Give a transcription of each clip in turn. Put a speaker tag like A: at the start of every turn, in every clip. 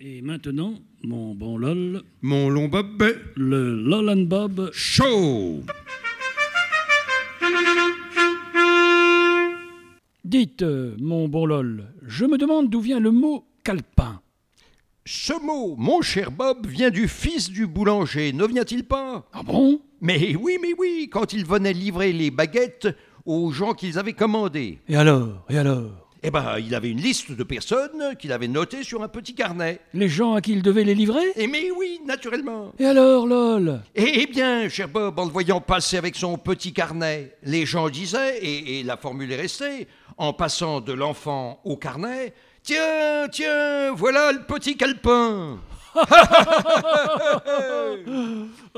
A: Et maintenant, mon bon LOL,
B: Mon long bob
A: le LOL and Bob.
B: chaud.
A: Dites, euh, mon bon LOL, je me demande d'où vient le mot calepin.
C: Ce mot, mon cher Bob, vient du fils du boulanger, ne vient-il pas
A: Ah bon
C: Mais oui, mais oui, quand il venait livrer les baguettes aux gens qu'ils avaient commandées.
A: Et alors Et alors
C: Eh ben, il avait une liste de personnes qu'il avait notées sur un petit carnet.
A: Les gens à qui il devait les livrer
C: Eh mais oui, naturellement.
A: Et alors, LOL
C: Eh bien, cher Bob, en le voyant passer avec son petit carnet, les gens disaient, et, et la formule est restée, en passant de l'enfant au carnet, Tiens, tiens, voilà le petit calepin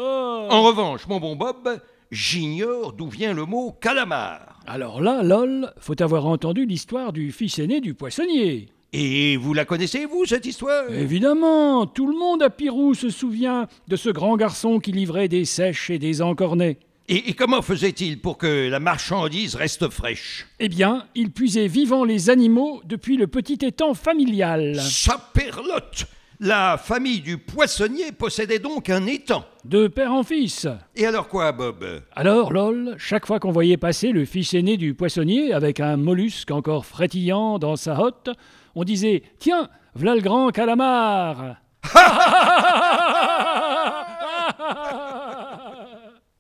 C: En revanche, mon bon Bob, j'ignore d'où vient le mot calamar.
A: Alors là, LOL, faut avoir entendu l'histoire du fils aîné du poissonnier.
C: Et vous la connaissez, vous, cette histoire
A: Eh Évidemment, tout le monde à Pirou se souvient de ce grand garçon qui livrait des sèches et des encornets.
C: et, et comment faisait-il pour que la marchandise reste fraîche
A: Eh bien, il puisait vivant les animaux depuis le petit étang familial.
C: Saperlotte La famille du poissonnier possédait donc un étang.
A: De père en fils.
C: Et alors quoi, Bob
A: Alors, lol, chaque fois qu'on voyait passer le fils aîné du poissonnier avec un mollusque encore frétillant dans sa hotte, on disait Tiens, v'là le grand calamar